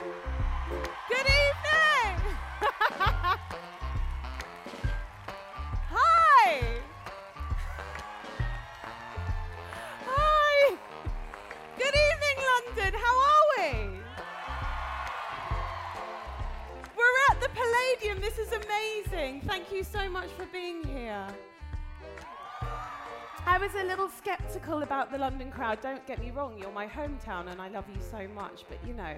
Good evening! Hi! Hi! Good evening, London! How are we? We're at the Palladium. This is amazing. Thank you so much for being here. I was a little skeptical about the London crowd. Don't get me wrong, you're my hometown and I love you so much, but you know,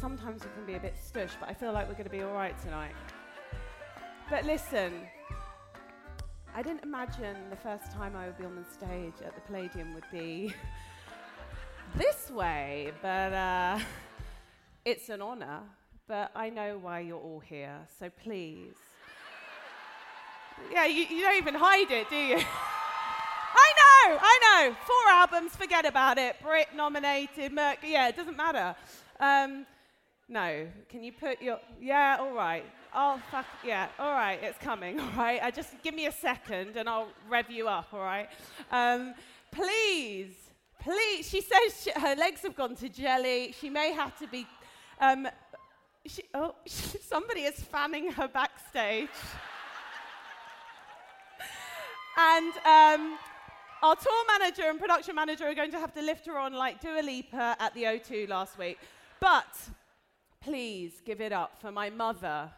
sometimes you can be a bit stush, but I feel like we're going to be all right tonight. But listen, I didn't imagine the first time I would be on the stage at the Palladium would be this way, but uh, it's an honor. But I know why you're all here, so please. Yeah, you, you don't even hide it, do you? I know, I know. Four albums, forget about it. Brit nominated, Merc, yeah, it doesn't matter. Um, no, can you put your, yeah, all right. Oh, fuck, yeah, all right, it's coming, all right. I just give me a second and I'll rev you up, all right. Um, please, please, she says she, her legs have gone to jelly. She may have to be, um, she, oh, somebody is fanning her backstage. And um, our tour manager and production manager are going to have to lift her on like Dua Lipa at the O2 last week. But please give it up for my mother,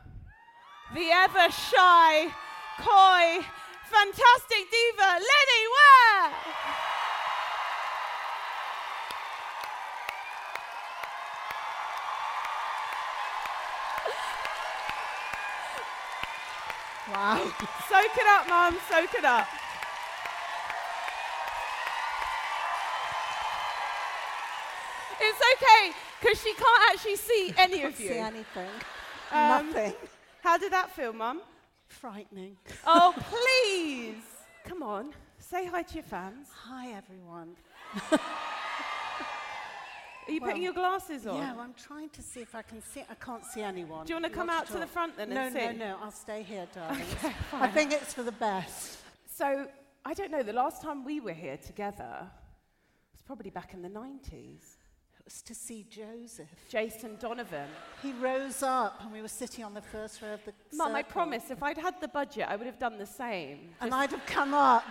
the ever shy, coy, fantastic diva, Lenny Ware. Wow. Soak it up, Mum. Soak it up. It's okay, because she can't actually see any of you. see anything. Um, Nothing. How did that feel, Mum? Frightening. Oh, please. Come on. Say hi to your fans. Hi, everyone. Are you putting Well, your glasses on? Yeah, well, I'm trying to see if I can see. I can't see anyone. Do you wanna come Not out at to the all. front then and no, No, sing? no, I'll stay here, darling. I think it's for the best. So, I don't know, the last time we were here together was probably back in the 90s. It was to see Joseph. Jason Donovan. He rose up, and we were sitting on the first row of the. Mum, I circle, promise, if I'd had the budget, I would have done the same. And I'd have come up.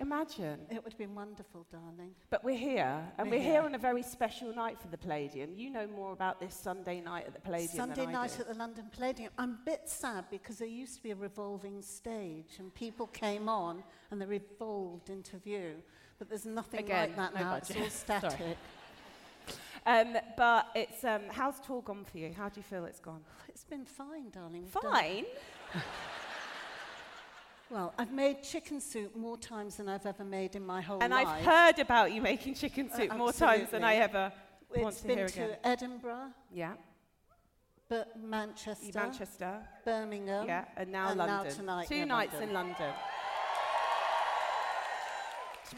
Imagine. It would have been wonderful, darling. But we're here, and we're, We're here. here. on a very special night for the Palladium. You know more about this Sunday night at the Palladium Sunday than I night do. at the London Palladium. I'm a bit sad because there used to be a revolving stage and people came on and they revolved into view. But there's nothing Again, like that no now. budget. It's all Sorry. static. Um, but it's um, how's tour gone for you? How do you feel it's gone? It's been fine, darling. We've done- Fine. Well, I've made chicken soup more times than I've ever made in my whole And life. I've heard about you making chicken soup more times than I ever Uh, It's want to been hear to again. Edinburgh, Yeah, but Manchester, Manchester. Birmingham, yeah, and now and London. Now tonight Two in nights in London.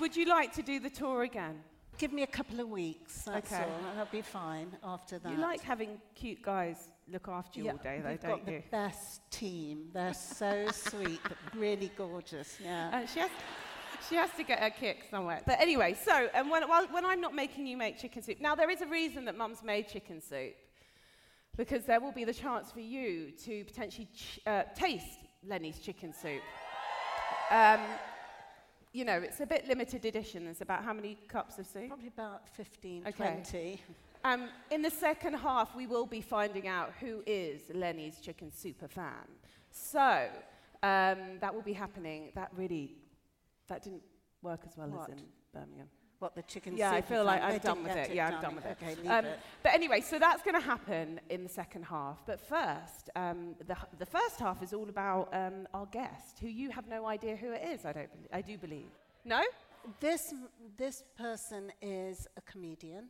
Would you like to do the tour again? Give me a couple of weeks. That's Okay. all, and I'll be fine after that. You like having cute guys look after you all day, though, we've don't got you? the best team. They're so sweet, but really gorgeous. Yeah. Uh, she, has, She has to get her kick somewhere. But anyway, so and when, while, when I'm not making you make chicken soup, now there is a reason that mum's made chicken soup because there will be the chance for you to potentially ch- uh, taste Lenny's chicken soup. Um, you know, it's a bit limited edition. It's about how many cups of soup? Probably about 15, Okay. 20. Um, in the second half, we will be finding out who is Lenny's chicken super fan. So um, that will be happening. That really, that didn't work as well What? as in Birmingham. What the chicken Yeah, I soup feel is like They I'm didn't done with get it. Yeah, I'm done darling. with it. Okay, leave Um, it. But anyway, so that's going to happen in the second half. But first, um, the, h- the first half is all about um, our guest, who you have no idea who it is. I don't. bel- I do believe. No, This, this person is a comedian,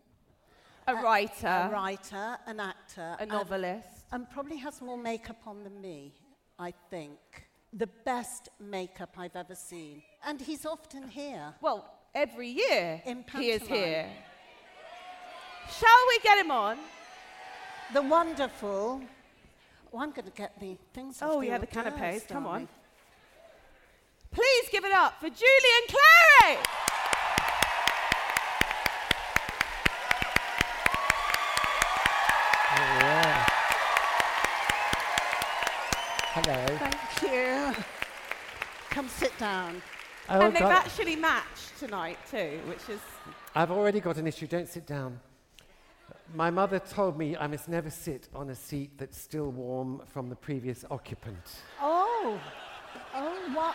a writer, Uh, a writer, an actor, a and- novelist. and probably has more makeup on than me, I think. The best makeup I've ever seen. And he's often here. Well, every year In he is pantomime. here. Shall we get him on? The wonderful. Oh, I'm going to get the things. off Oh, the yeah, hors the d'oeuvres, canapes. Come on. darling. Please give it up for Julian Clary. Hello. Thank you. Come sit down. Oh, and they've God. actually matched tonight, too, which is. I've already got an issue. Don't sit down. My mother told me I must never sit on a seat that's still warm from the previous occupant. Oh, oh, what?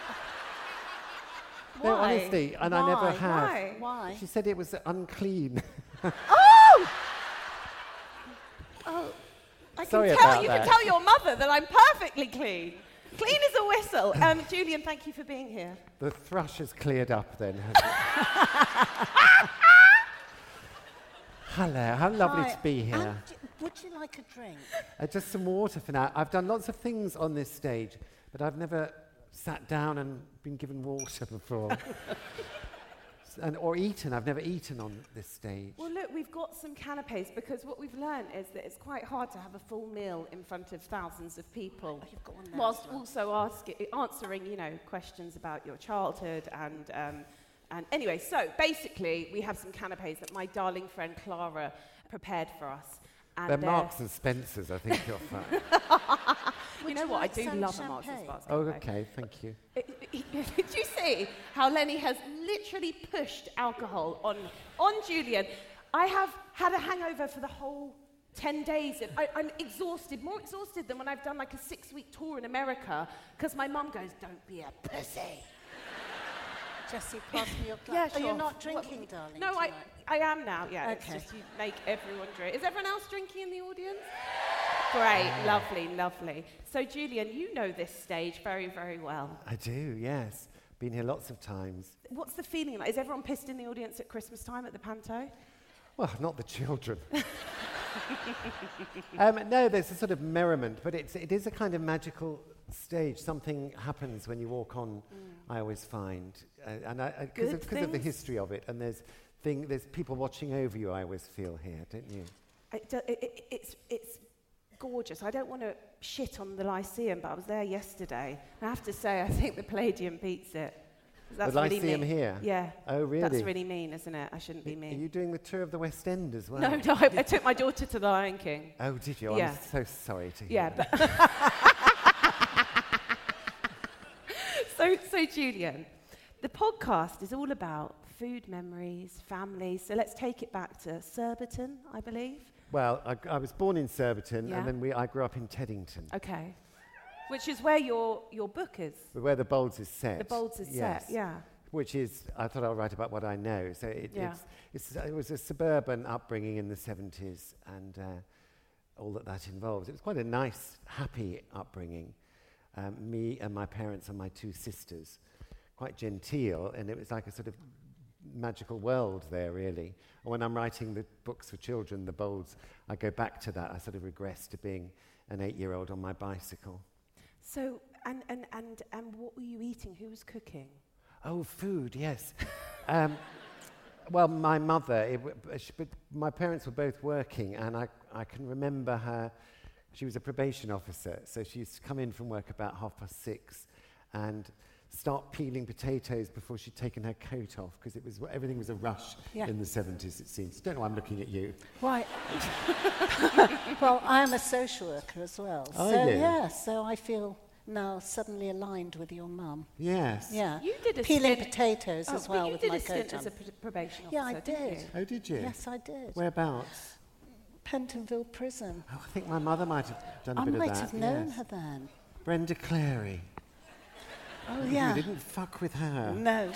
No, honestly, and I never Why? have. Why? Why? She said it was unclean. Oh! Oh, I can Sorry tell about you that. can tell your mother that I'm perfectly clean. Clean as a whistle. Um, Julian, thank you for being here. the thrush has cleared up then. hasn't it? Hello, how lovely Hi, to be here. and d- would you like a drink? Uh, just some water for now. I've done lots of things on this stage, but I've never sat down and been given water before. S- and, or eaten. I've never eaten on this stage. Well, look, we've got some canapes because what we've learned is that it's quite hard to have a full meal in front of thousands of people, You've got one there. whilst also asking, answering, you know, questions about your childhood and. Um, and anyway, so basically, we have some canapes that my darling friend Clara prepared for us. And They're they're- Marks and Spencers, I think you're fine. You Would know you what? I like do some love a Marks and champagne? Spencer. oh, okay, thank you. Did you see how Lenny has literally pushed alcohol on, on Julian? I have had a hangover for the whole 10 days. I, I'm exhausted, more exhausted than when I've done like a six week tour in America because my mum goes, Don't be a pussy. Jesse, pass me your glass. Are sure. you not What- drinking, darling? No, I, tonight? I am now, yeah. It's Okay. just you make everyone drink. Is everyone else drinking in the audience? Great, lovely, lovely. So, Julian, you know this stage very, very well. I do, yes. Been here lots of times. What's the feeling like? Is everyone pissed in the audience at Christmas time at the panto? Well, not the children. um, no, there's a sort of merriment, but it's, it is a kind of magical stage. Something happens when you walk on, I always find. Uh, and I, because Mm. Good of, 'cause of the things? history of it, and there's, thing, there's people watching over you, I always feel here, don't you? It, do- it, it, it's, it's gorgeous. I don't want to shit on the Lyceum, but I was there yesterday. And I have to say, I think the Palladium beats it. 'Cause That's really Lyceum mean. here? Yeah. Oh, That's really? really mean, isn't it? I shouldn't be Are mean. you doing the tour of the West End as well? no, no, I, I took my daughter to the Lion King. Oh, did you? Yeah. I'm so sorry to hear Yeah, that. but. so, so, Julian, the podcast is all about food memories, family. So let's take it back to Surbiton, I believe. Well, I, I was born in Surbiton, Yeah. and then we, I grew up in Teddington, Okay. Which is where your, your book is. where the Bolds is set. The Bolds is yes. set, yeah. which is I thought I'll write about what I know. So it, Yeah. it's, it's, it was a suburban upbringing in the 70s and uh, all that that involves. It was quite a nice, happy upbringing. Um, me and my parents and my two sisters, quite genteel, and it was like a sort of magical world there, really. And when I'm writing the books for children, the bolds, I go back to that. I sort of regress to being an eight-year-old on my bicycle. So, and, and, and, and what were you eating? Who was cooking? Oh, food, yes. um, well, my mother, it, w- but she- but my parents were both working, and I, I can remember her. She was a probation officer, so she used to come in from work about half past six, and start peeling potatoes before she'd taken her coat off because it was everything was a rush Yeah. in the 70s it seems don't know why i'm looking at you Right. well, I'm a social worker as well. Are so you? yeah, so I feel now suddenly aligned with your mum. yes Yeah. You did a peeling stint- potatoes Oh, as but well you with did my a stint coat as on. a p- probation officer. Yeah, I didn't did. you? oh did you Yes, I did. whereabouts Pentonville Prison. oh, i think my mother might have done a I bit might of that have known yes. her then. brenda clary Oh you yeah. didn't fuck with her No.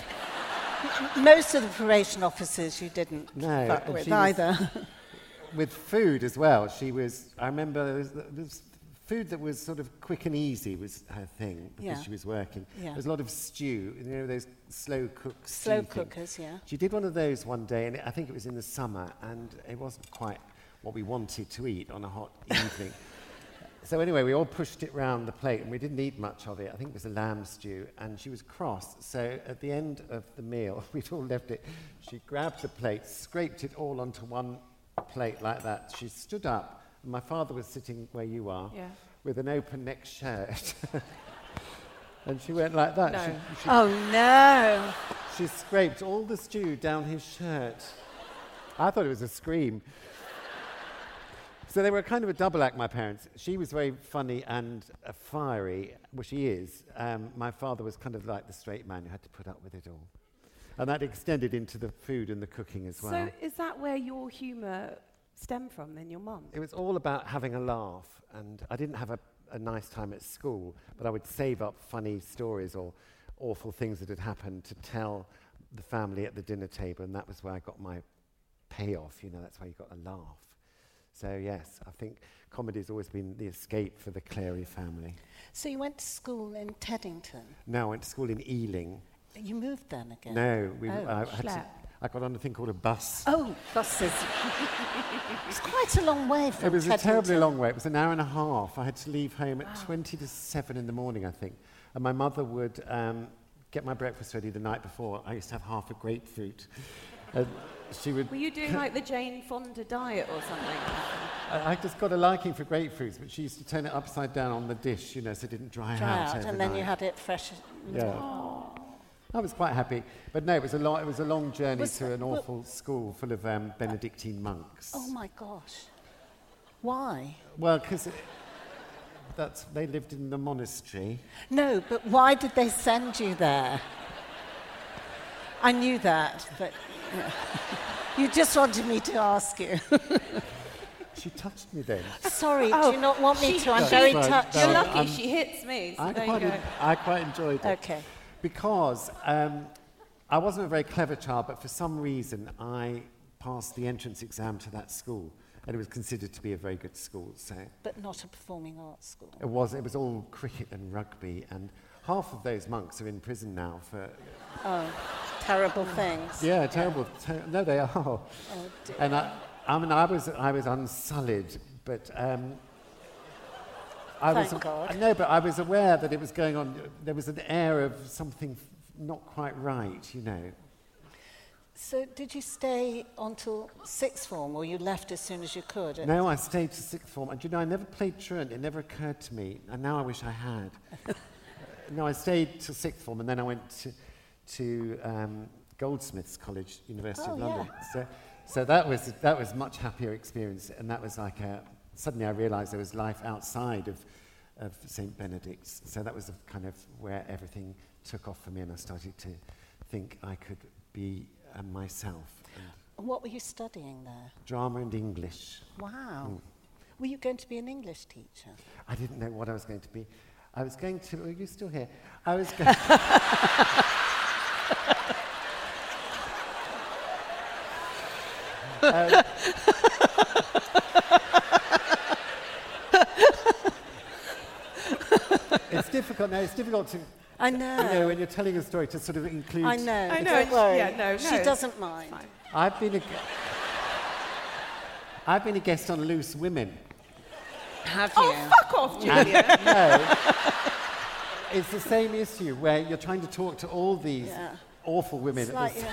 Most of the probation officers you didn't No, fuck and with she was- either. with food as well she was i remember there was, there was food that was sort of quick and easy was her thing because Yeah. she was working Yeah. there was a lot of stew you know those slow cooks Slow cookers, yeah. She did one of those one day, and I think it was in the summer, and it wasn't quite what we wanted to eat on a hot evening. So anyway, we all pushed it round the plate, and we didn't eat much of it. I think it was a lamb stew, and she was cross. So at the end of the meal, we'd all left it. She grabbed the plate, scraped it all onto one plate like that. She stood up, and my father was sitting where you are, Yeah. with an open neck shirt. and she went like that. She- No. she Oh no. she scraped all the stew down his shirt. I thought it was a scream. So they were kind of a double act, my parents. She was very funny and uh, fiery, well, she is. Um, my father was kind of like the straight man who had to put up with it all. And that extended into the food and the cooking as well. So is that where your humour stemmed from then, your mum? It was all about having a laugh, and I didn't have a, a nice time at school, but I would save up funny stories or awful things that had happened to tell the family at the dinner table, and that was where I got my payoff. You know, that's why you got a laugh. So, yes, I think comedy's always been the escape for the Clary family. So you went to school in Teddington. Now I went to school in Ealing. You moved then again? No, we, Oh, I, had to, schlep. I got on a thing called a bus. Oh, buses. it's quite a long way from It was a Teddington. terribly long way. It was an hour and a half. I had to leave home at 20 to 7 in the morning, I think. And my mother would um, get my breakfast ready the night before. I used to have half a grapefruit. and she would. Were you doing like the Jane Fonda diet or something? I, I just got a liking for grapefruits, but she used to turn it upside down on the dish, you know, so it didn't dry, Dry out. out, and then you overnight. had it fresh. Yeah. I was quite happy. But no, it was a, lo- it was a long journey Was- to an well- awful school full of um, Benedictine monks. Oh my gosh. Why? Well, because that's they lived in the monastery. No, but why did they send you there? I knew that, but yeah. you just wanted me to ask you. She touched me then. Sorry, Oh, do you not want me she- to? I'm That's very fine, touched. that's You're No, lucky I'm- she hits me, so Um, I there you quite, go. en- I quite enjoyed it. Okay. Because um, I wasn't a very clever child, but for some reason I passed the entrance exam to that school, and it was considered to be a very good school. So But not a performing arts school. it was. It was all cricket and rugby, and half of those monks are in prison now for Terrible things. yeah, terrible. Ter- no, they are. Oh, and I, I mean, I was, I was unsullied, but. Um, I was, Thank God. No, but I was aware that it was going on. There was an air of something f- not quite right, you know. So did you stay until sixth form, or you left as soon as you could? No, I stayed to sixth form. And you know, I never played truant. It never occurred to me. And now I wish I had. no, I stayed to sixth form and then I went to, to um, Goldsmiths College, University of Oh, London. So, so that was that was much happier experience. And that was like a, suddenly I realised there was life outside of, of St Benedict's. So that was a kind of where everything took off for me, and I started to think I could be uh, myself. And What were you studying there? drama and English. Wow. Were you going to be an English teacher? I didn't know what I was going to be. I was going to. Are you still here? I was going. Um, it's difficult. No, it's difficult to. I know. You know, when you're telling a story, to sort of include. I know. I know, Don't she- worry. yeah, no, she no. doesn't mind. fine. I've been a. gu- I've been a guest on Loose Women. Have you? Oh, fuck off, Julia. no. It's the same issue where you're trying to talk to all these Yeah. awful women. It's at like, the s-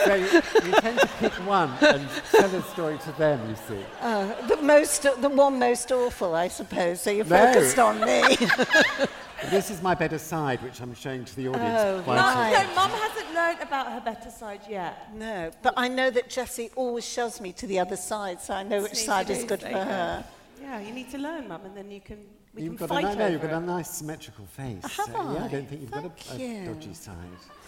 yeah. so you, you tend to pick one and tell a story to them, you see. The most, the one most awful, I suppose. So you're No. focused on me. This is my better side, which I'm showing to the audience. Oh, quite Mum, a- right. no, Mum hasn't learned about her better side yet. no, but I know that Jessie always shoves me to the other side, so I know which Sneaky side is do, good for there you go. her. Yeah, you need to learn, Mum, and then you can we You've can got, a, fight ni- no, you've over got a it. nice symmetrical face. Have so, Yeah, I I? don't think you've got Thank a, a you. dodgy side.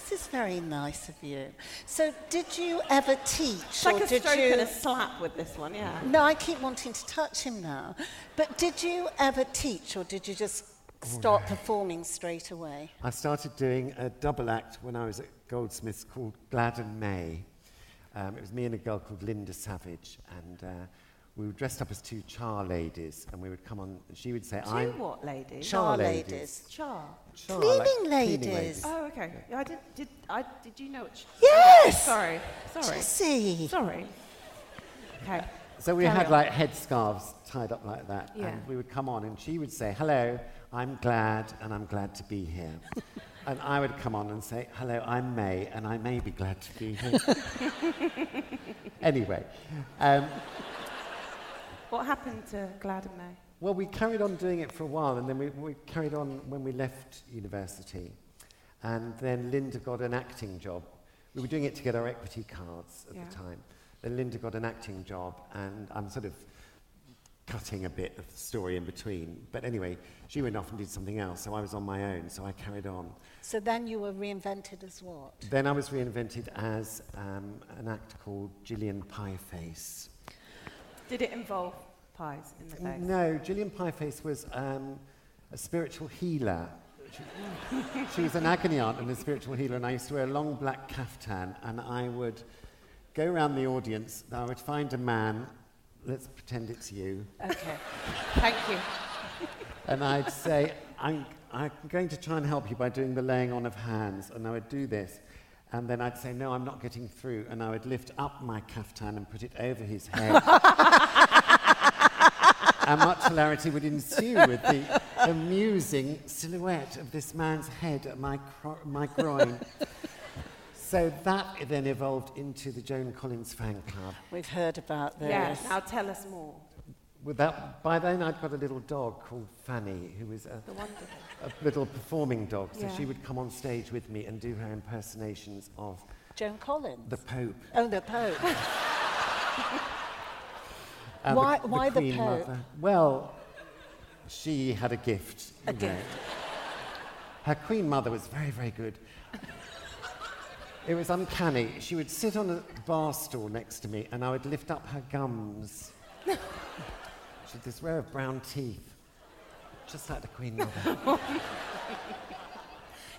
This is very nice of you. So, did you ever teach, It's like or a did stroke you? and a slap with this one, Mm, yeah. No, I keep wanting to touch him now. But did you ever teach, or did you just Oh, start performing straight away? I started doing a double act when I was at Goldsmiths called Glad and May. Um, it was me and a girl called Linda Savage, and uh, we were dressed up as two char ladies, and we would come on, and she would say, Two I'm. what, lady? Char Char ladies. ladies. Char. Char, Cleaning ladies. Oh, okay. Yeah, I did. Did I? Did you know? What ch- Yes! Sorry. Sorry. Jessie! Sorry. Okay. So we Carry had on. like headscarves tied up like that, Yeah. and we would come on, and she would say, "Hello, I'm glad, and I'm glad to be here," and I would come on and say, "Hello, I'm May, and I may be glad to be here." anyway, um, What happened to Glad and May? well, we carried on doing it for a while, and then we, we carried on when we left university. And then Linda got an acting job. We were doing it to get our equity cards at Yeah. the time. Then Linda got an acting job, and I'm sort of cutting a bit of the story in between. But anyway, she went off and did something else, so I was on my own, so I carried on. So then you were reinvented as what? Then I was reinvented as um, an act called Gillian Pieface. Did it involve pies in the face? No, Gillian Pieface was um, a spiritual healer. She, she was an agony aunt and a spiritual healer, and I used to wear a long black kaftan, and I would go around the audience, and I would find a man, let's pretend it's you, Okay. Thank you. and I'd say, I'm, I'm going to try and help you by doing the laying on of hands, and I would do this. And then I'd say, no, I'm not getting through. And I would lift up my kaftan and put it over his head. and much hilarity would ensue with the amusing silhouette of this man's head at my, cro- my groin. So that then evolved into the Joan Collins fan club. We've heard about this. Yeah. Now tell us more. With that, by then, I'd got a little dog called Fanny, who was a, a little performing dog. So Yeah. she would come on stage with me and do her impersonations of Joan Collins. the Pope. oh, the Pope. and Why- why the Uh, Queen Pope? Mother. Well, she had a gift. A you know. gift. Her Queen Mother was very, very good. It was uncanny. She would sit on a bar stool next to me, and I would lift up her gums. she had this row of brown teeth, just like the Queen Mother.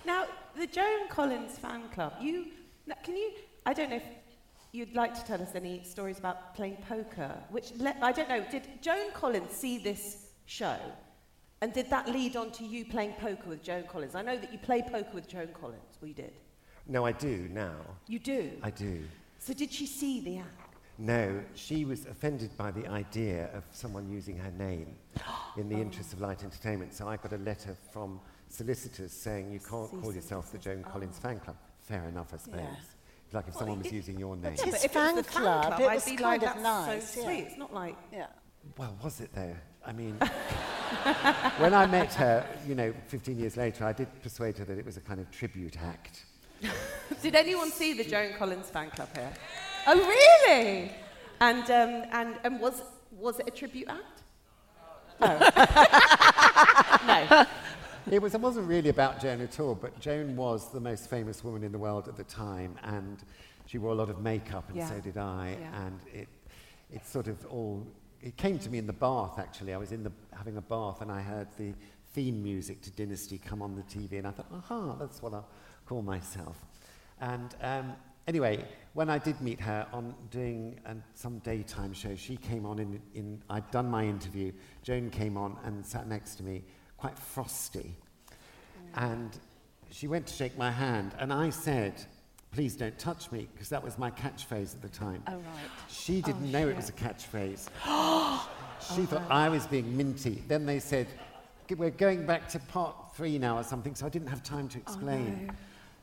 Now the Joan Collins fan club. You now, can you? I don't know if you'd like to tell us any stories about playing poker. Which le- I don't know. Did Joan Collins see this show? And did that lead on to you playing poker with Joan Collins? I know that you play poker with Joan Collins. We did. No, I do now. You do. I do. So did she see the act? No, she was offended by the idea of someone using her name in the interest of light entertainment. So I got a letter from solicitors saying you can't call yourself the Joan Collins fan club. Fair enough, I suppose. It's Like if someone was using your name. His But if fan it was the fan club, club, it I'd was be kind like, That's of nice, So yeah. sweet. It's not like Yeah. Well, was it though? I mean, when I met her, you know, 15 years later, I did persuade her that it was a kind of tribute act. Did anyone see the Joan Collins fan club here? Oh, really? And, um, and, and was, was it a tribute act? Oh. It, was, it wasn't really about Joan at all, but Joan was the most famous woman in the world at the time, and she wore a lot of makeup, and Yeah. so did I. Yeah. And it, it sort of all it came to me in the bath. Actually, I was in the having a bath, and I heard the theme music to Dynasty come on the TV, and I thought, aha, that's what I'll call myself. And um, anyway, when I did meet her on doing um, some daytime show, she came on in, in I'd done my interview. Joan came on and sat next to me, quite frosty. And she went to shake my hand, and I said, Please don't touch me, because that was my catchphrase at the time. Oh, right. She didn't know it was a catchphrase. she thought I was being minty. Then they said, "G- We're going back Oh, to part three now or something, so I didn't have time to explain.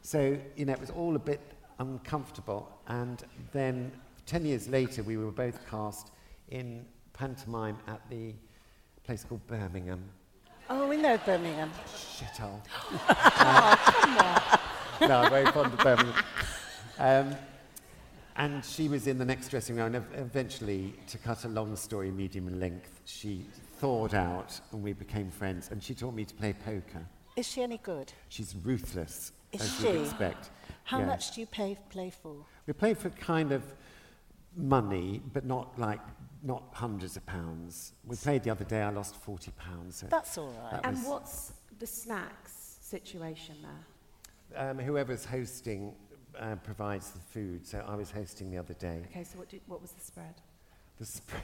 So, you know, it was all a bit uncomfortable. And then 10 years later, we were both cast in pantomime at the place called Birmingham. Oh, we know Birmingham. Shithole. uh, no, I'm very fond of Birmingham. Um, and she was in the next dressing room. And ev- eventually, to cut a long story medium in length, she thawed out and we became friends. And she taught me to play poker. Is she any good? She's ruthless, Is as you'd she? expect. How Yeah. much do you pay play for? We play for kind of money, but not like not hundreds of pounds. We played the other day. I lost forty pounds. so That's all right. that And was- what's the snacks situation there? um, whoever's hosting uh, provides the food. So I was hosting the other day. Okay, so what, did, what was the spread? The spread.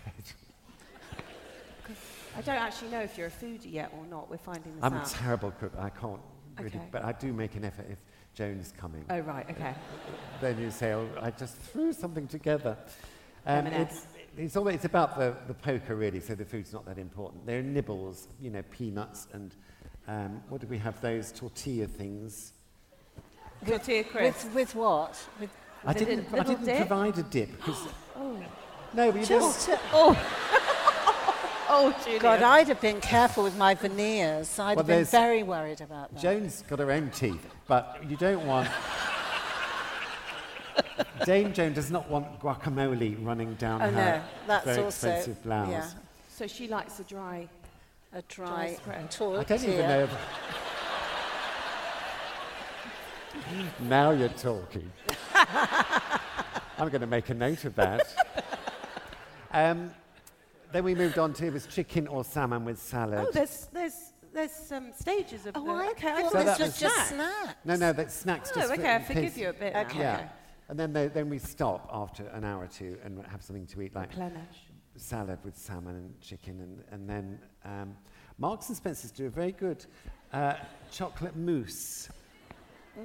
I don't actually know if you're a foodie yet or not. We're finding this I'm a out. terrible cook. I can't really, Okay. but I do make an effort if Joan's coming. oh, right, okay. Then you say, oh, I just threw something together. Um, M&S. it's, it's, all, it's about the, the poker, really, so the food's not that important. There are nibbles, you know, peanuts and um, what do we have? Those tortilla things. Tortilla crisp. With, with what? With I Little- didn't, I little didn't dip? provide a dip. 'cause- No, but you know, just to- Oh, Julia. God, I'd have been careful with my veneers. I'd Well, have been there's- very worried about that. Joan's got her own teeth, but you don't want. Dame Joan does not want guacamole running down oh no, her that's very also expensive blouse. yeah, So she likes a dry. a dry spread. tortilla. I don't even know. If now you're talking. I'm going to make a note of that. Um, then we moved on to it was chicken or salmon with salad. Oh, there's there's there's some stages of. Oh, Uh, the, I okay, I thought thought this that it was was just snack. snack. no, no, that's snacks. Oh, just for- okay, I in forgive case- you a bit. Okay. Now. Yeah. And then, they, then we stop after an hour or two and have something to eat, like Plenish. salad with salmon and chicken. And, and then um, Marks and Spencer's do a very good uh, chocolate mousse. Mm.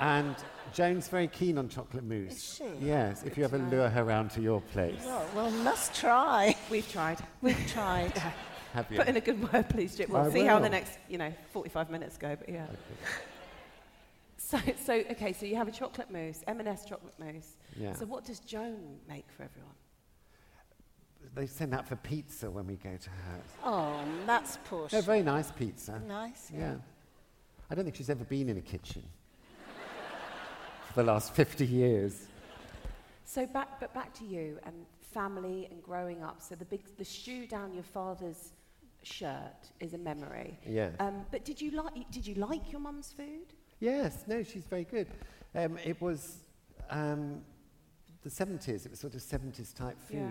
And Joan's very keen on chocolate mousse. Is she? Yes, if you ever lure her round to your place. Well, Oh, well, must try. We've tried. We've tried. Have you? Put in a good word, please, Jip. We'll I see how the will. next, you know, 45 minutes go. But yeah. So, so okay. So you have a chocolate mousse, M&S chocolate mousse. Yeah. So what does Joan make for everyone? They send out for pizza when we go to hers. Oh, that's push. No, very nice pizza. nice. Yeah. I don't think she's ever been in a kitchen for the last 50 years. So back, but back to you and family and growing up. So the big, the shoe down your father's shirt is a memory. Yeah. Um, but did you like, did you like your mum's food? Yes, no, she's very good. Um, it was um, the 70s, it was sort of 70s type food. Yeah.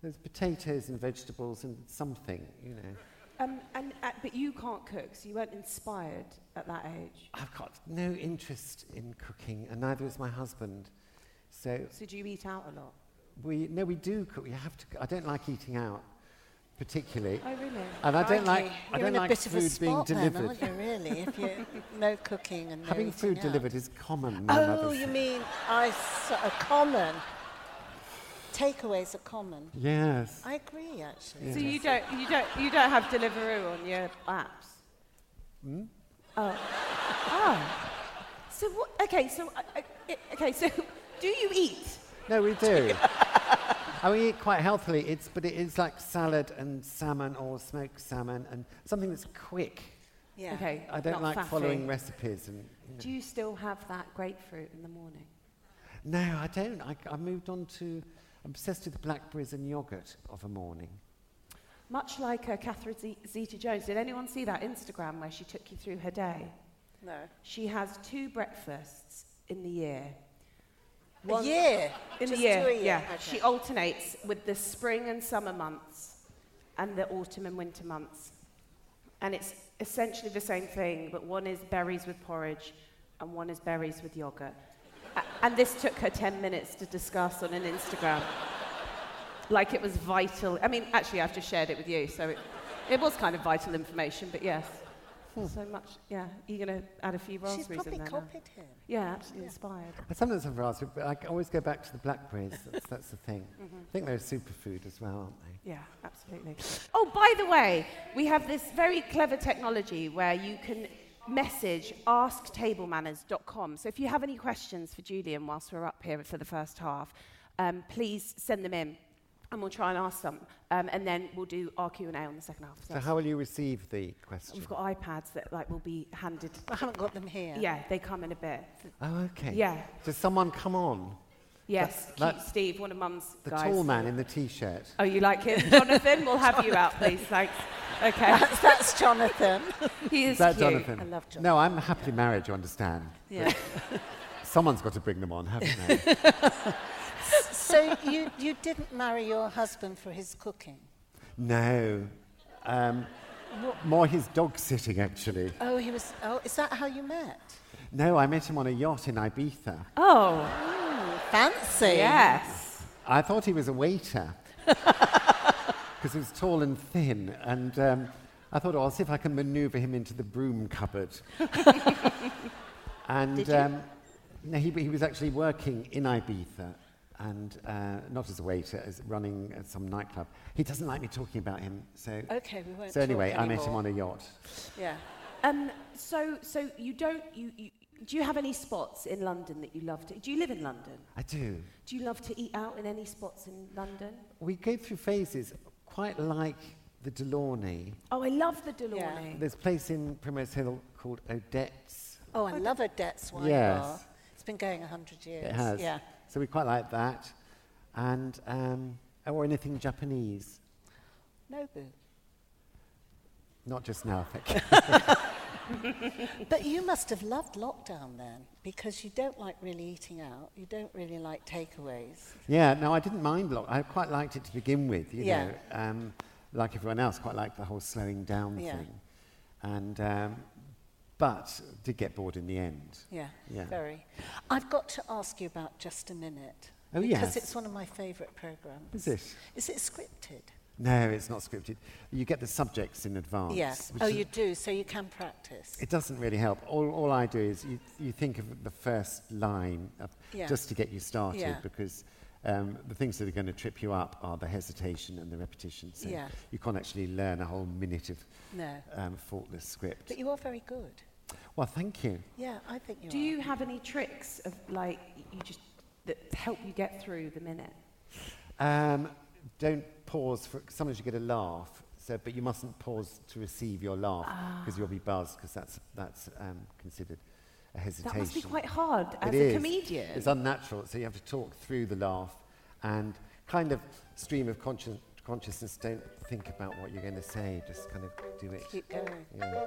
There's potatoes and vegetables and something, you know. Um, and uh, but you can't cook, so you weren't inspired at that age. I've got no interest in cooking, and neither is my husband. So So do you eat out a lot? we, no, we do cook. You have to. c- I don't like eating out, particularly, Oh really? and I don't like. Crikey. I You're don't in a like bit of a food being spot then, delivered. aren't you, really? If you no cooking and no Having eating food out. delivered is common. my mother Oh, you said. mean I s- a common takeaways are common. Yes. I agree, actually. So you don't, you don't, you don't have Deliveroo on your apps. Hmm? Oh. Oh. So what? Okay. So uh, uh, i- okay. So do you eat? No, we do. and we eat quite healthily. It's but it is like salad and salmon or smoked salmon and something that's quick. Yeah. Okay. I don't not like faffy. following recipes. And Do you still have that grapefruit in the morning? no, I don't. I, I moved on to. I'm obsessed with blackberries and yogurt of a morning. Much like uh, Catherine Z- Zeta-Jones. Did anyone see that Instagram where she took you through her day? No. She has two breakfasts in the year. A year. In Just the year, do a year. yeah. Okay. She alternates with the spring and summer months and the autumn and winter months. And it's essentially the same thing, but one is berries with porridge and one is berries with yogurt. A- And this took her 10 minutes to discuss on an Instagram. like it was vital. I mean, actually, I've just shared it with you, so it, it was kind of vital information, but yes. So much, yeah. You're going to add a few raspberries Hmm. She's probably in there now? copied him. Yeah, absolutely inspired. I sometimes have raspberry, but I c- always go back to the blackberries. That's, that's the thing. Mm-hmm. I think they're a superfood as well, aren't they? Yeah, absolutely. Oh, by the way, we have this very clever technology where you can message asktablemanners.com. So if you have any questions for Julian whilst we're up here for the first half, um, please send them in and we'll try and ask some. Um, and then we'll do our Q&A on the second half. So how will you receive the question? We've got iPads that like will be handed. I haven't got them here. Yeah, they come in a bit. Oh, okay. Yeah. Does someone come on? Yes, cute that- Steve, one of Mum's The guys. tall man in the t-shirt. Oh, you like him, Jonathan? We'll have you out, please. Thanks. Okay, That's, that's Jonathan. he is, Is that cute. Jonathan? I love Jonathan. No, I'm happily married, you understand. Yeah. Someone's got to bring them on, haven't they? so you, you didn't marry your husband for his cooking? No. Um, more his dog sitting, actually. Oh, he was. Oh, is that how you met? No, I met him on a yacht in Ibiza. Oh, Fancy. yes. I thought he was a waiter because he was tall and thin. And um, I thought, oh, I'll see if I can maneuver him into the broom cupboard. and Um, no, he, he was actually working in Ibiza and uh, not as a waiter, as running at some nightclub. He doesn't like me talking about him, so. Okay, we won't So anyway, talk I met him anymore. on a yacht. Yeah. Um, so, so you don't you, you do you have any spots in London that you love to? Do you live in London? I do. Do you love to eat out in any spots in London? We go through phases quite like the Delaunay. Oh, I love the Delaunay. There's a place in Primrose Hill called Odette's. Oh, I love Odette's wine Yes. bar. It's been going a hundred years. It has. Yeah. So we quite like that. And, um, or anything Japanese. Nobu. Not just now, thank you. But you must have loved lockdown then, because you don't like really eating out. You don't really like takeaways. yeah, no, I didn't mind. Lo- I quite liked it to begin with, you Yeah. know. Um, like everyone else, quite liked the whole slowing down Yeah. thing. And, um, but did get bored in the end. Yeah, Yeah. Very. I've got to ask you about just a minute. Oh, Because yes. it's one of my favourite programmes. Is it? Is it scripted? No, it's not scripted. You get the subjects in advance. Yes. which Oh, is- you do, so you can practice. It doesn't really help. All, all I do is you, you think of the first line of Yeah. just to get you started Yeah. because um, the things that are going to trip you up are the hesitation and the repetition. So Yeah. you can't actually learn a whole minute of No. um, faultless script. But you are very good. Well, thank you. Yeah, I think you Do are. you have any tricks of like you just that help you get through the minute? Um, don't pause for sometimes you get a laugh. So, but you mustn't pause to receive your laugh Ah. because you'll be buzzed because that's that's um, considered a hesitation. That must be quite hard as It a is. comedian. It's unnatural, so you have to talk through the laugh and kind of stream of conscious consciousness. Don't think about what you're going to say, just kind of do it. Keep going. Yeah.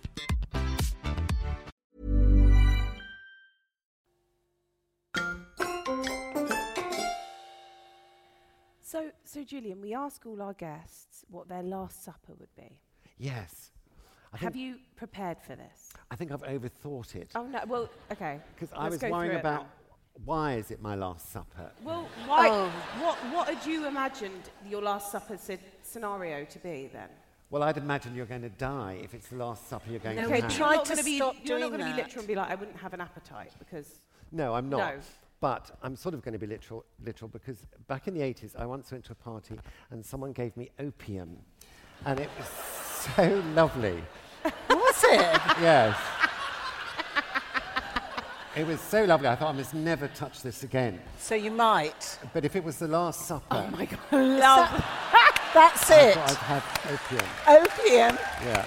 So, so Julian, we ask all our guests what their last supper would be. Yes. I Have think, you prepared for this? I think I've overthought it Oh no. Well, okay. because I let's was go through worrying it about now. why is it my last supper? Well, why, what what had you imagined your last supper sce- scenario to be then? Well, I'd imagine you're going to die if it's the last supper you're going No, to we have. try- tried not to gonna be, stop You're doing not to be that. literal and be like, I wouldn't have an appetite because. No, I'm not. No. But I'm sort of going to be literal, literal because back in the 80s, I once went to a party and someone gave me opium. And it was so lovely. Was it? Yes. It was so lovely. I thought I must never touch this again. So you might. But if it was the Last Supper, Love. That's it. I'd have opium. Opium. Yeah.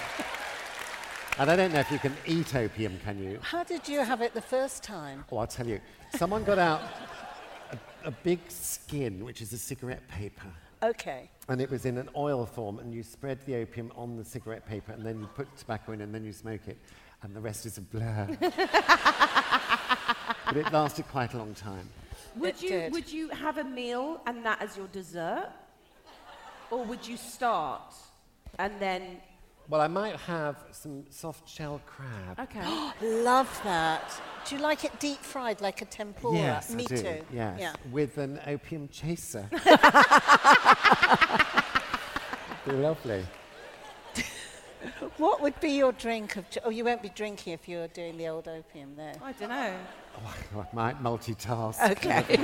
And I don't know if you can eat opium, can you? How did you have it the first time? Oh, I'll tell you. Someone got out a, a big skin, which is a cigarette paper, Okay. and it was in an oil form, and you spread the opium on the cigarette paper, and then you put tobacco in, and then you smoke it, and the rest is a blur. but it lasted quite a long time. Would It you did. would you have a meal and that as your dessert, or would you start and then? Well, I might have some soft shell crab. Okay. Love that. Do you like it deep fried like a tempura? Yes, Me I do. too. Yes, Yeah. with an opium chaser. Be lovely. What would be your drink of? cho- Oh, you won't be drinking if you're doing the old opium there. I don't know. Oh, I might multitask. Okay.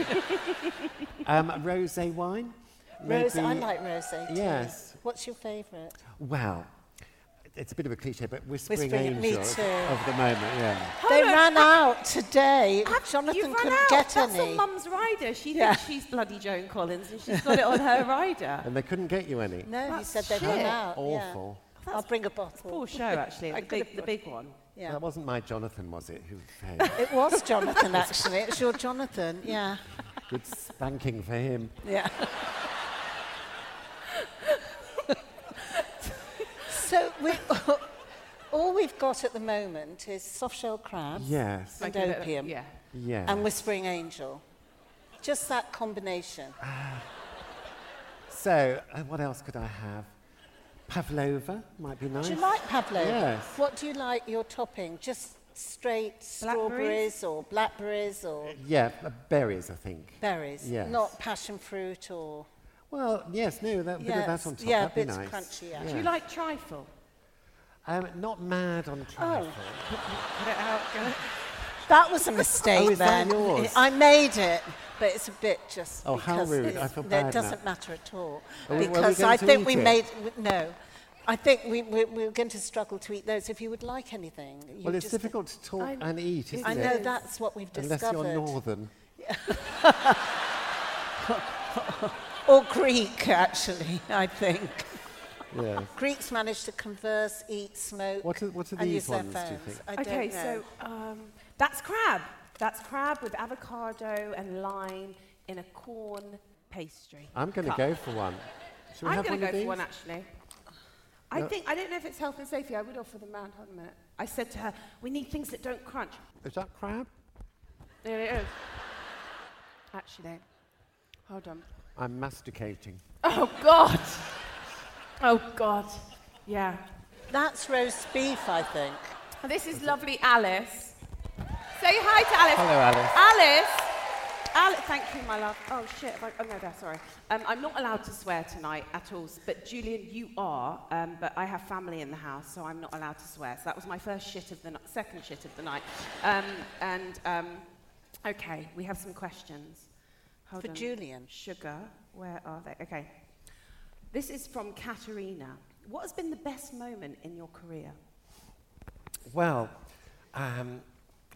Um, rosé wine. Rose, I Maybe- like rosé. too. Yes. What's your favourite? Well, it's a bit of a cliche, but whispering, Whispering uh, angel Angel, me of, too. of the moment. Yeah. they on, ran out today. Have- Jonathan you've run couldn't out. get That's any. on Mum's rider. She Yeah. thinks she's bloody Joan Collins, and she's got it on her rider. And they couldn't get you any. no, he That's said they'd run shit. out. yeah. Awful. I'll bring a Poor bottle. show, actually. I the, could big, have the put- big one. Yeah. That wasn't my Jonathan, was it? Who failed? It was Jonathan actually. It was your Jonathan. Yeah. Good spanking for him. Yeah. so we, all we've got at the moment is soft shell crabs Yes. and Like a bit of- opium Yeah. Yeah. and whispering angel. Just that combination. so, uh, what else could I have? Pavlova might be nice. Do you like Pablo? Yes. What do you like your topping? Just straight Blackberries? strawberries or blackberries or Yeah, uh, berries, I think. berries, Yes. not passion fruit or Well, yes, no, that bit of that Yes, on top. yeah, that'd be bits nice. crunchy, yeah. Do you like trifle? Um, not mad Oh. on trifle. Get it out, get it. That was a mistake is that then. yours? I made it, but it's a bit just. Oh, how because rude. it's- I feel no, bad now. It doesn't matter at all. Are we- were we because going I to think eat we it? made. w- No. I think we, we, we're going to struggle to eat those if you would like anything. You Well, it's just- difficult to talk I'm- and eat, isn't I it? know that's what we've Unless discovered. you're northern. Or Greek, actually, I think. Yes. Greeks manage to converse, eat, smoke. What are- what are and these use their ones, do you phones. think? I Okay, don't know. so um, that's crab. That's crab with avocado and lime in a corn pastry. I'm going to cup. go for one. Should we I'm have going one to of go these? for one actually. I think I don't know if it's health and safety. I would offer them round. Hold on a minute. I said to her, "We need things that don't crunch." Is that crab? There it is. Actually, hold on. I'm masticating. Oh God. Oh God. Yeah. That's roast beef, I think. This is lovely, Alice. Say hi to Alice. Hello, Alice. Alice. Alice, thank you, my love. Oh shit! have I, oh no, there, sorry. Um, I'm not allowed to swear tonight at all. But Julian, you are. Um, but I have family in the house, so I'm not allowed to swear. So that was my first shit of the night, second shit of the night. Um, and um, okay, we have some questions. Hold For on. Julian. Sugar, where are they? Okay. This is from Katerina. What has been the best moment in your career? Well, um,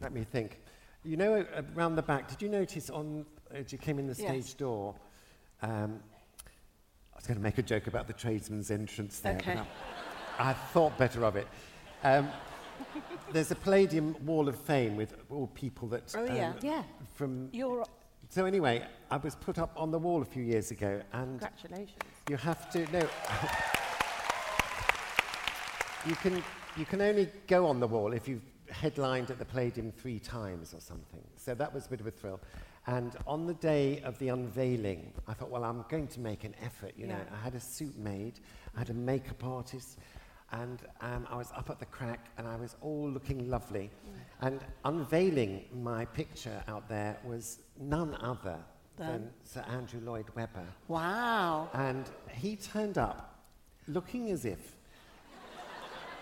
let me think. You know, uh, around the back, did you notice on as you came in the stage Yes. door? Um, I was going to make a joke about the tradesman's entrance there. Okay. But I, I thought better of it. Um, there's a Palladium Wall of Fame with all people that. um, Oh, yeah. Yeah. From You're so anyway, I was put up on the wall a few years ago, and Congratulations. you have to no. you can you can only go on the wall if you've headlined at the Palladium three times or something. So that was a bit of a thrill. And on the day of the unveiling, I thought, well, I'm going to make an effort. You know, Yeah. I had a suit made, I had a makeup artist, and um, I was up at the crack, and I was all looking lovely. And unveiling my picture out there was none other than Sir Andrew Lloyd Webber. Wow. And he turned up looking as if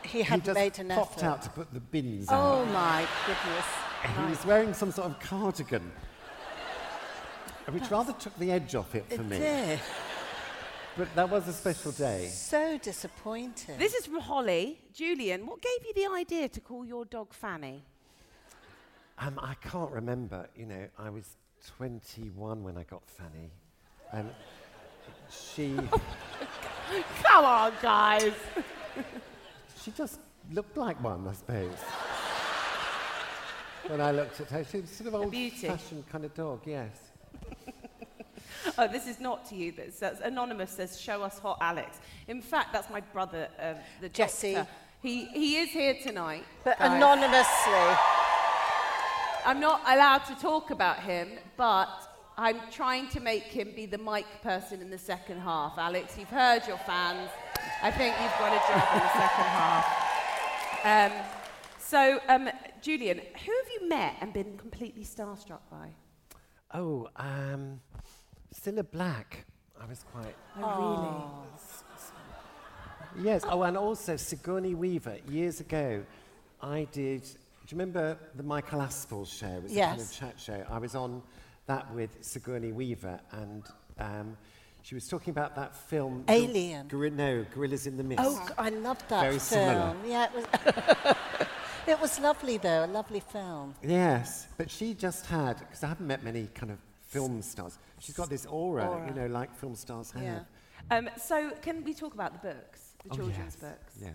He he had just made an popped effort. out to put the bins Oh out. my goodness. And he was wearing some sort of cardigan, which rather took the edge off it for It me. did. But that was a special day. So disappointed. This is from Holly. Julian, what gave you the idea to call your dog Fanny? Um, I can't remember. You know, I was 21 when I got Fanny, and she Come on, guys. she just looked like one, I suppose. when I looked at her, she was sort of beauty. old-fashioned kind of dog. Yes. Oh, this is not to you, but it says, Anonymous says, show us hot Alex. In fact, that's my brother, um, the Jesse. doctor. He, he is here tonight. But guys. anonymously. I'm not allowed to talk about him, but I'm trying to make him be the mic person in the second half. Alex, you've heard your fans. I think you've got a job in the second half. Um, so, um, Julian, who have you met and been completely starstruck by? Oh, um, Cilla Black. I was quite. Oh, Yes. Oh, and also Sigourney Weaver. Years ago, I did. Do you remember the Michael Aspel show? It was a kind of Yes. chat show. I was on that with Sigourney Weaver, and um, she was talking about that film. Gor- Alien. Gor- no, Gorillas in the Mist. Oh, g- I loved that Very film. similar. Yeah, it was. it was lovely though, a lovely film. Yes, but she just had because I haven't met many kind of film stars. She's got this aura, you Aura. know, like film stars have. Yeah. really? Um, so, can we talk about the books, the Oh, children's yes. books? Yeah.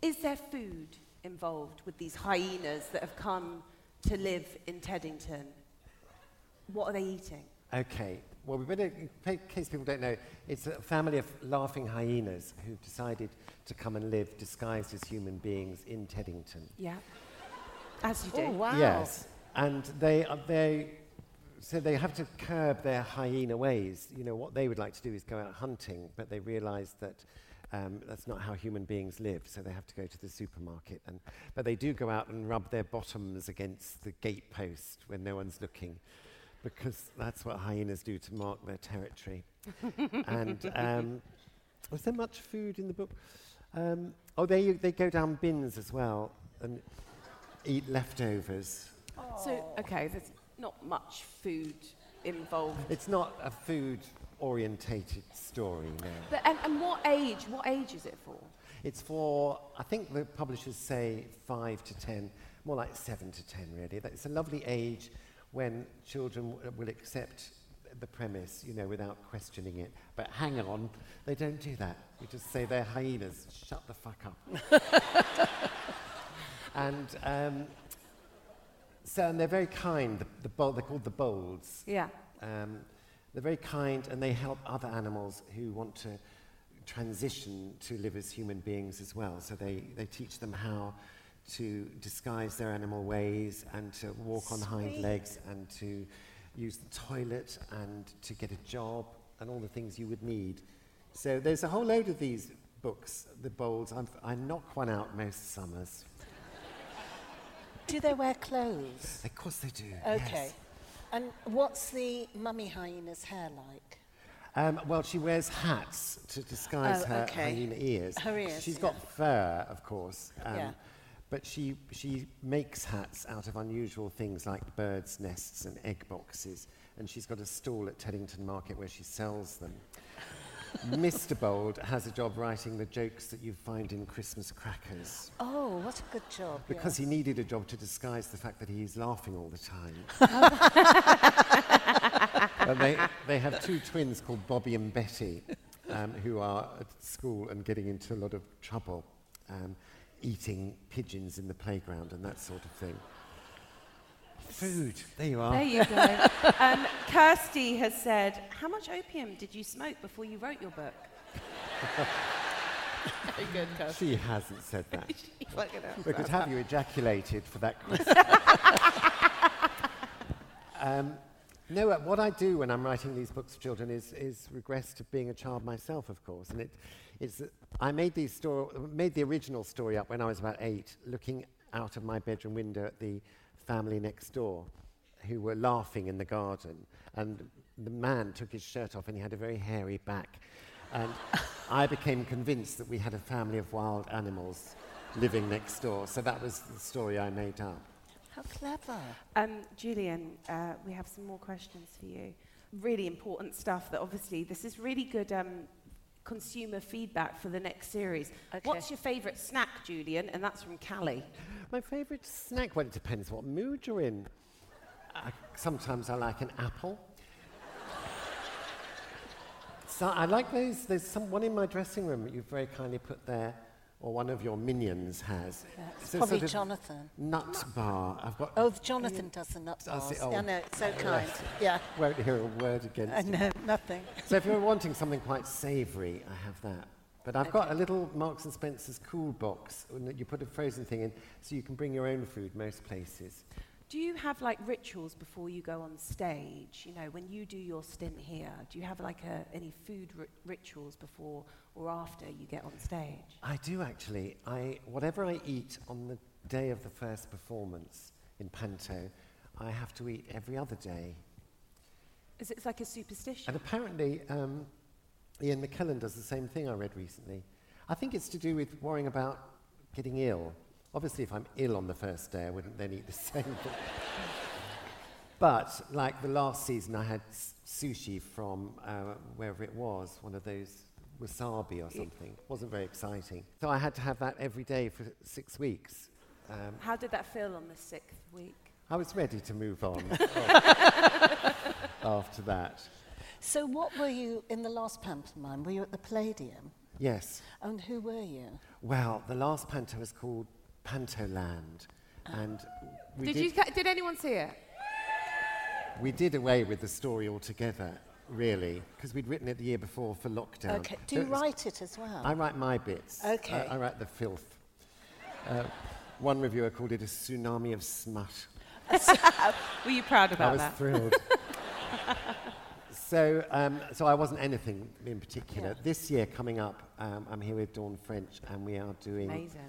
Is there food involved with these hyenas that have come to live in Teddington? What are they eating? Okay. Well, we better, in pa- case people don't know, it's a family of laughing hyenas who've decided to come and live disguised as human beings in Teddington. Yeah. As you do. Oh wow. Yes. And they are, they, so they have to curb their hyena ways. You know, what they would like to do is go out hunting, but they realize that um, that's not how human beings live, so they have to go to the supermarket. And, but they do go out and rub their bottoms against the gatepost when no one's looking, because that's what hyenas do to mark their territory. and um, was there much food in the book? Um, oh, they, they go down bins as well and eat leftovers. So, okay, there's not much food involved. It's not a food orientated story, no. But, and, and what age, what age is it for? It's for, I think the publishers say five to ten, more like seven to ten, really. That It's a lovely age when children w- will accept the premise, you know, without questioning it. But hang on, they don't do that. You just say they're hyenas, shut the fuck up. and um, so, and they're very kind, the, the bold, they're called the bolds. Yeah. Um, they're very kind and they help other animals who want to transition to live as human beings as well. So they, they teach them how to disguise their animal ways and to walk on hind legs and to use the toilet and to get a job and all the things you would need. So there's a whole load of these books, the bowls. I'm, I knock one out most summers. Do they wear clothes? Of course they do. Okay. yes. And what's the mummy hyena's hair like? Um, well, she wears hats to disguise Oh, her okay. hyena ears. Her ears, She's yeah. got fur, of course. Um, Yeah. But she, she makes hats out of unusual things like birds' nests and egg boxes. And she's got a stall at Teddington Market where she sells them. Mr. Bold has a job writing the jokes that you find in Christmas crackers Oh, what a good job. yeah. because he needed a job to disguise the fact that he's laughing all the time. and they, they have two twins called Bobby and Betty um, who are at school and getting into a lot of trouble, um, eating pigeons in the playground and that sort of thing. Food, there you are. There you go. um, Kirsty has said, How much opium did you smoke before you wrote your book? Very good, Kirsty. she hasn't said that. Look at her. We could have you ejaculated for that question. um, no, uh, what I do when I'm writing these books for children is, is regress to being a child myself, of course. And it, it's, that I made, these story, made the original story up when I was about eight, looking out of my bedroom window at the family next door who were laughing in the garden. And the man took his shirt off and he had a very hairy back. And I became convinced that we had a family of wild animals living next door. So that was the story I made up. How clever. Um, Julian, uh, we have some more questions for you. Really important stuff that obviously this is really good um, consumer feedback for the next series. What's your favourite snack, Julian? And that's from Callie. My favourite snack, well, it depends what mood you're in. I, sometimes I like an apple. so I like those. There's someone in my dressing room that you've very kindly put there, or one of your minions has. It's a probably sort of Jonathan. Nut bar. I've got. Oh, Jonathan does the nut I see- bars. oh. I know, it's so kind. Yeah, Won't hear a word against I know, nothing. So if you're wanting something quite savoury, I have that. But I've got a little Marks and Spencer's cool box and that you put a frozen thing in, so you can bring your own food most places. Do you have like rituals before you go on stage? You know, when you do your stint here, do you have like a, any food ri- rituals before or after you get on stage? I do actually. I whatever I eat on the day of the first performance in Panto, I have to eat every other day. Is it like a superstition? And apparently, um, Ian McKellen does the same thing I read recently. I think it's to do with worrying about getting ill. Obviously, if I'm ill on the first day, I wouldn't then eat the same thing. but, like the last season, I had s- sushi from uh, wherever it was, one of those wasabi or something. It wasn't very exciting. So I had to have that every day for six weeks. Um, How did that feel on the sixth week? I was ready to move on after that. So, what were you in the last pantomime? Were you at the Palladium? Yes. And who were you? Well, the last panto is called Pantoland, Ah. and we did, Did, you, ca- did anyone see it? we did away with the story altogether, really, because we'd written it the year before for lockdown. Okay. So Do you it was- write it as well? I write my bits. I- Okay. I, write the filth. Uh, one reviewer called it a tsunami of smut. Were you proud I about was that? thrilled. so, um, so I wasn't anything in particular. This year coming up, um, I'm here with Dawn French, and we are doing Amazing.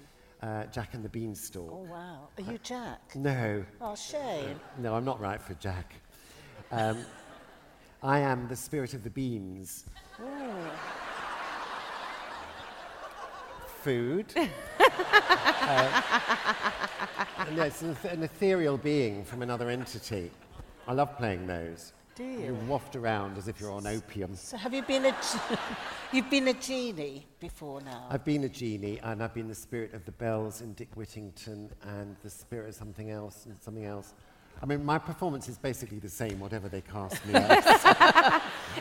Uh, Jack and the Beanstalk. oh, wow. Are you Jack? No, Oh, shame. No, I'm not right for Jack. Um, I am the spirit of the beans. Food. Uh, and it's an, eth- an ethereal being from another entity. I love playing those. Do You you? waft around as if you're on opium. So, have you been a ge- you've been a genie before now? I've been a genie, and I've been the spirit of the bells in Dick Whittington, and the spirit of something else, and something else. I mean, my performance is basically the same, whatever they cast me as.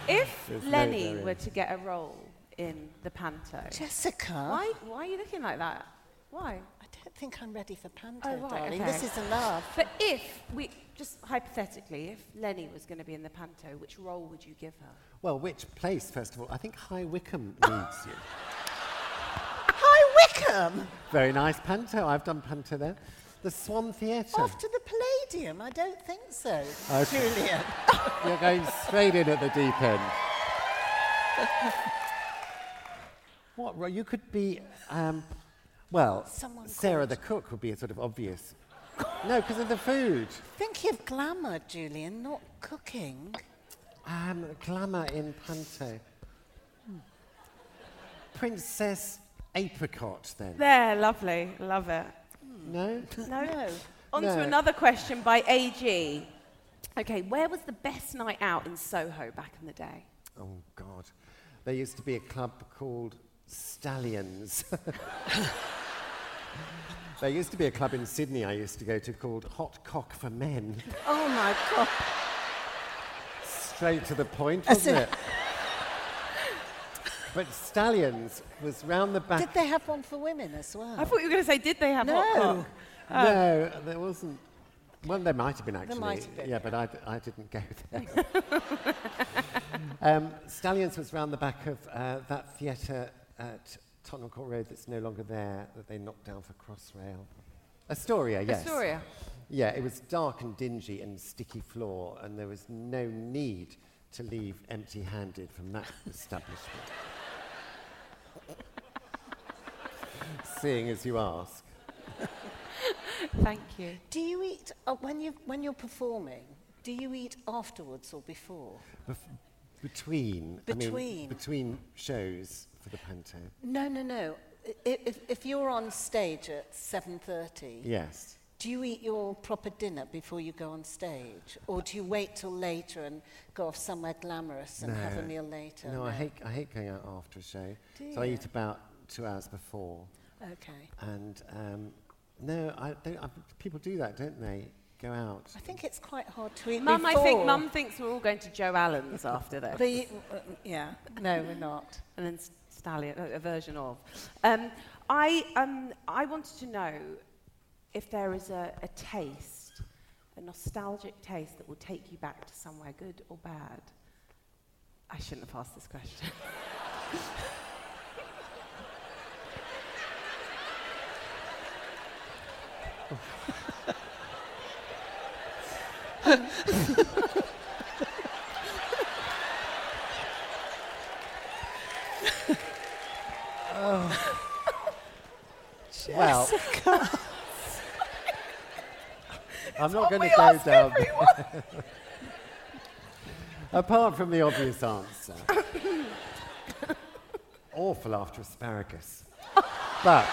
If There's no Lenny barrier. were to get a role in the panto, Jessica, why, why are you looking like that? Why? I don't think I'm ready for panto, Oh, right, darling. okay. This is enough. But if we, just hypothetically, if Lenny was going to be in the panto, which role would you give her? Well, which place, first of all? I think High Wycombe needs you. Hi, Wickham. Very nice panto. I've done panto there. The Swan Theatre. After the Palladium, I don't think so. Okay. Julian. You're going straight in at the deep end. what? Well, you could be. Um, well, Someone Sarah called. the cook would be a sort of obvious. no, because of the food. Think of glamour, Julian, not cooking. Um, glamour in panto. Hmm. Princess Apricot, then. There, lovely, love it. No? No. On No. to another question by AG. Okay, where was the best night out in Soho back in the day? Oh, God. There used to be a club called Stallions. there used to be a club in Sydney I used to go to called Hot Cock for Men. Oh my God. Straight to the point, wasn't it? But Stallions was round the back. Did they have one for women as well? I thought you were going to say, did they have hot no. cock? no, there wasn't. Well, there might have been actually. might have been, yeah, but I, d- I didn't go there. um, Stallions was round the back of uh, that theatre at Tottenham Court Road that's no longer there, that they knocked down for Crossrail. Astoria, yes. Astoria. Yeah, it was dark and dingy and sticky floor, and there was no need to leave empty handed from that establishment. Seeing as you ask. Thank you. Do you eat uh, when you when you're performing? Do you eat afterwards or before? Bef- between. I mean, Between. between shows for the panto. No, no, no. I- If, if you're on stage at 7:30, Yes. Do you eat your proper dinner before you go on stage? Or do you wait till later and go off somewhere glamorous and have a meal later? No, I hate I hate going out after a show. so I eat about two hours before, Okay. and um, no, I don't. I, people do that, don't they? Go out. I think it's quite hard to eat Mum, I before. think Mum thinks we're all going to Joe Allen's after this. But you, uh, yeah, no, we're not. and then stallion, uh, a version of. Um, I, um, I wanted to know if there is a, a taste, a nostalgic taste that will take you back to somewhere good or bad. I shouldn't have asked this question. Well, I'm not going to go down. Apart from the obvious answer, awful after asparagus. but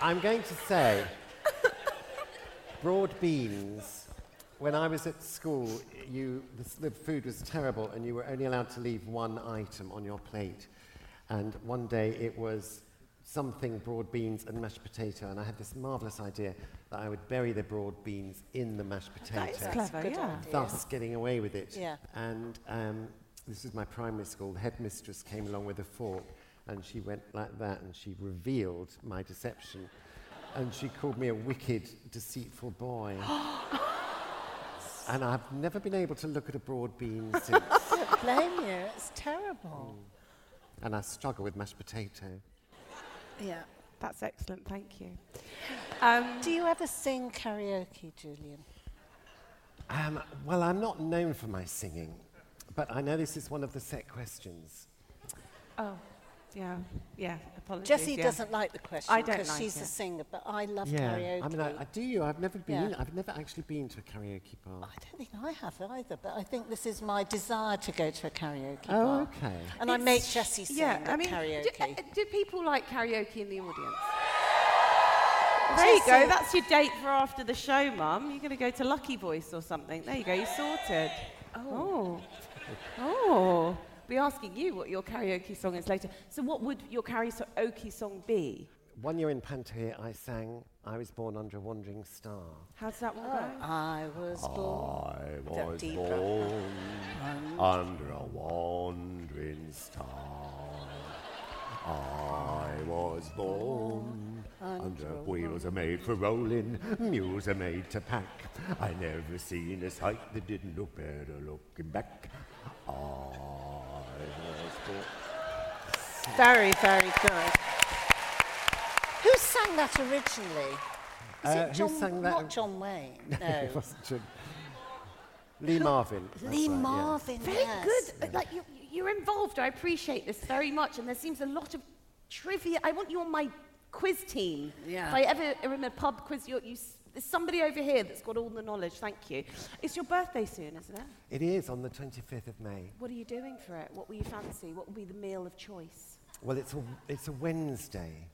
I'm going to say broad beans. When I was at school, you, the, s- the food was terrible, and you were only allowed to leave one item on your plate. And one day it was something broad beans and mashed potato, and I had this marvelous idea that I would bury the broad beans in the mashed potato Clever, yeah. thus getting away with it. Yeah. And um, this was my primary school. The headmistress came along with a fork and she went like that and she revealed my deception. And she called me a wicked, deceitful boy. and I've never been able to look at a broad bean since. Don't blame you. It's terrible. and I struggle with mashed potato. Mm. Yeah. That's excellent, thank you. Um, Do you ever sing karaoke, Julian? Um, well, I'm not known for my singing, but I know this is one of the set questions. oh, yeah, yeah, apologies. Jessie yeah. doesn't like the question I don't because like she's it. a singer, but I love karaoke. I mean, I, I do you. I've never been. Yeah. I've never actually been to a karaoke bar. I don't think I have either, but I think this is my desire to go to a karaoke Oh, bar. okay. And I make Jessie sing Yeah, at I mean, do, uh, karaoke. do people like karaoke in the audience? There you go. Jessie- That's your date for after the show, Mum. You're going to go to Lucky Voice or something. There you go. You're sorted. Oh. Oh. Be asking you what your karaoke song is later. So, what would your karaoke song be? One year in Pantere, I sang I Was Born Under a Wandering Star. How's that one go? I was born. I Yeah, was deeper. born under a wandering star. I was born under wheels are made for rolling, mules are made to pack. I never seen a sight that didn't look better looking back. I was born. Very, very good. Who sang that originally? Is Uh, it who John, sang that or- Not John Wayne. Oh. It No. wasn't Jim. Lee Marvin. that's Lee right, yeah. Marvin. Very yes. good. Uh, Like you, you're involved. I appreciate this very much. And there seems a lot of trivia. I want you on my quiz team. Yeah. If I ever am in a pub quiz, you're, you, s- there's somebody over here that's got all the knowledge. Thank you. It's your birthday soon, isn't it? It is on the 25th of May. What are you doing for it? What will you fancy? What will be the meal of choice? Well, it's a, it's a Wednesday.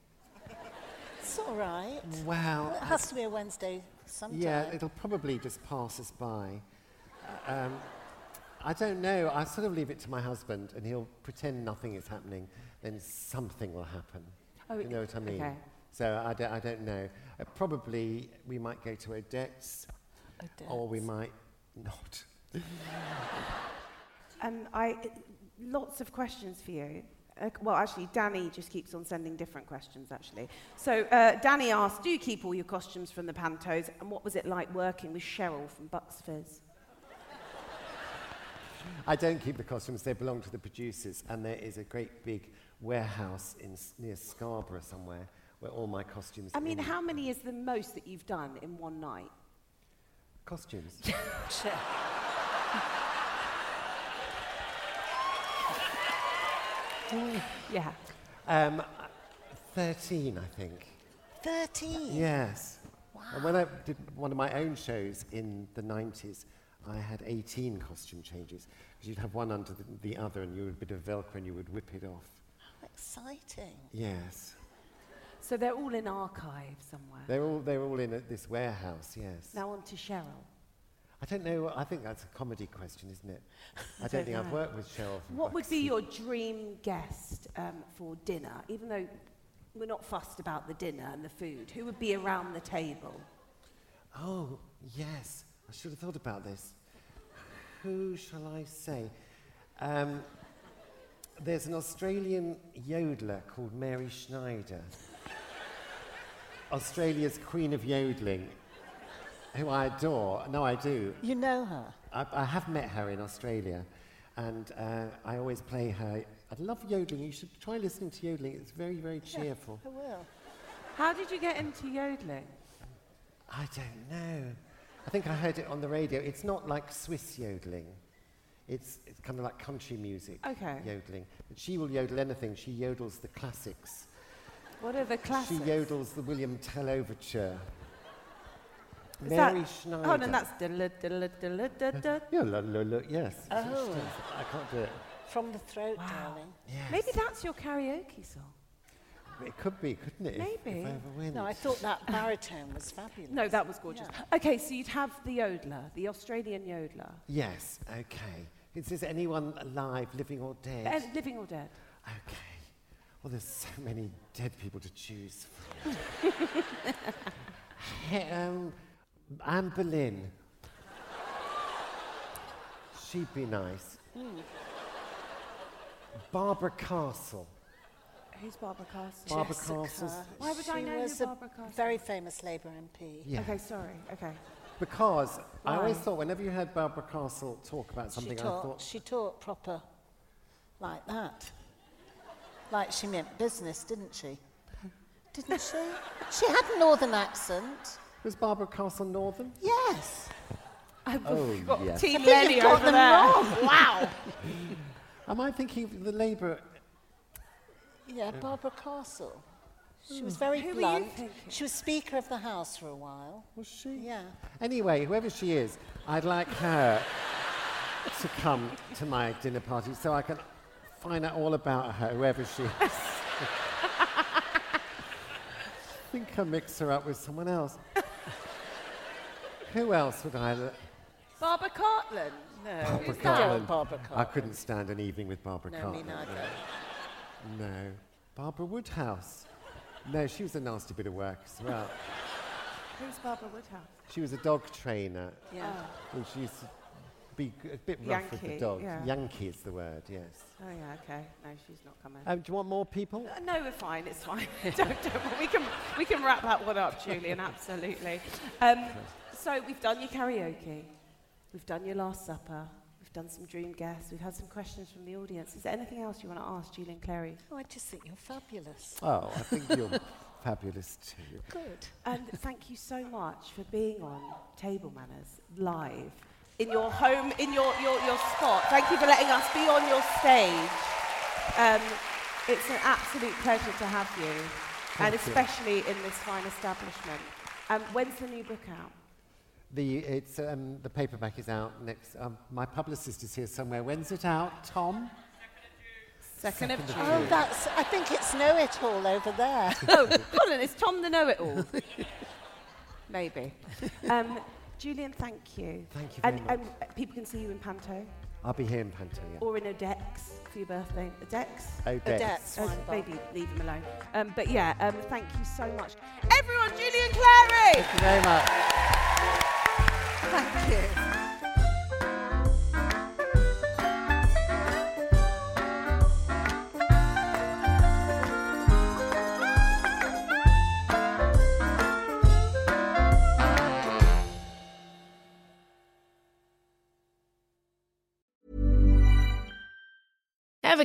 It's all right. Wow. It has to be a Wednesday sometime. Mm. Yeah, it'll probably just pass us by. Um, I don't know. I sort of leave it to my husband, and he'll pretend nothing is happening. Then something will happen. Oh, you know what I mean? okay. So I don't, I don't know. Uh, probably we might go to Odette's, or we might not. Um, I lots of questions for you. Uh, well, actually, Danny just keeps on sending different questions. Actually, so uh, Danny asked, "Do you keep all your costumes from the pantos? And what was it like working with Cheryl from Bucks Fizz?" I don't keep the costumes, they belong to the producers, and there is a great big warehouse in, S- near Scarborough somewhere where all my costumes I are mean, in. how many is the most that you've done in one night? Costumes. Yeah. um, 13, I think. 13. Yes. And when I did one of my own shows in the 90s, I had 18 costume changes. 'cause You'd have one under the, the other, and you would a bit of Velcro and you would whip it off. How exciting. Yes. So So they're all in archive somewhere. They're all, they're all in at this warehouse, yes. Now on to Cheryl. I don't know, I think that's a comedy question, isn't it? I don't don't think I've know. worked with Cheryl. for What would quite be some- your dream guest um, for dinner? Even though we're not fussed about the dinner and the food, who would be around the table? Oh, yes. I should have thought about this. Who shall I say? Um, there's an Australian yodeler called Mary Schneider, Australia's queen of yodeling, who I adore. No, I do. You know her. I, I have met her in Australia, and uh, I always play her. I love yodeling. You should try listening to yodeling. It's very, very cheerful. I will. How did you get into yodeling? I don't know. I think I heard it on the radio. It's not like Swiss yodeling. It's, it's kind of like country music Okay. yodeling. But she will yodel anything. She yodels the classics. What are the classes? She yodels the William Tell Overture. Is Mary that- Schneider. Oh, no, that's. diddle, diddle, diddle, diddle, diddle. Yeah, la, la, la, yes. Oh. I can't do it. From the throat, Wow. darling. Yes. Maybe that's your karaoke song. It could be, couldn't it? if- If Maybe. I ever win. No, I thought that baritone was fabulous. No, that was gorgeous. Okay, so you'd have the yodeler, the Australian yodeler. Yes, okay. Is there anyone alive, living or dead? Eh, living or dead? Okay. Well, there's so many dead people to choose from. um, Anne Boleyn. She'd be nice. Barbara Castle. Who's Barbara Castle? Barbara Jessica. Castle's. Why would I She know who was a Barbara Castle very famous Labour MP. Yeah. Okay, sorry. Okay. Because I always Why? thought whenever you heard Barbara Castle talk about She something, I taught, thought, she taught proper like that. Like she meant business, didn't she? Didn't she? She had a northern accent. was Barbara Castle Northern? Yes. Oh, yes. Team think Lenny you've got over them there. wrong. Wow. Am I thinking of the Labour? Yeah, Barbara Castle. She was very Hmm. Who were you blunt. thinking? She was Speaker of the House for a while. Was she? Yeah. Anyway, whoever she is, I'd like her to come to my dinner party so I can find out all about her, whoever she is. I think I mixed her up with someone else. Who else would I? L- Barbara Cartland? No. Barbara that? Cartland. Oh, Barbara I Cartland. couldn't stand an evening with Barbara No, me Cartland. neither. No. Barbara Woodhouse. No, she was a nasty bit of work as well. Who's Barbara Woodhouse? She was a dog trainer. Oh. Yeah. And she used to be g- a bit rough with the Yankee, dogs. yeah. Yankee is the word, yes. Oh, yeah, okay. No, she's not coming. Um, do you want more people? Uh, No, we're fine. It's fine. don't, don't, we can we can wrap that one up, Julian. Absolutely. Um, so we've done your karaoke. We've done your Last Supper. We've done some dream guests. We've had some questions from the audience. Is there anything else you want to ask Julian Clary? Oh, I just think you're fabulous. Oh, I think you're fabulous too. Good. And thank you so much for being on Table Manners live in your home, in your, your, your spot. Thank you for letting us be on your stage. Um, it's an absolute pleasure to have you, and especially in this fine establishment. Um, when's the new book out? The, it's, um, the paperback is out next. Um, my publicist is here somewhere. When's it out, Tom? Second, of June. Oh, that's, I think it's Know It All over there. Oh, Colin, is Tom the know-it-all? Maybe. Um, Julian, thank you. Thank you And, very and uh, people can see you in Panto I'll be here in Pantonia. or in Odex for your birthday. Odex? Odette's Oh, wine bar. maybe leave him alone. Um, but yeah, um, thank you so much. Everyone, Julian Clary! Thank you very much. Thank you. Ever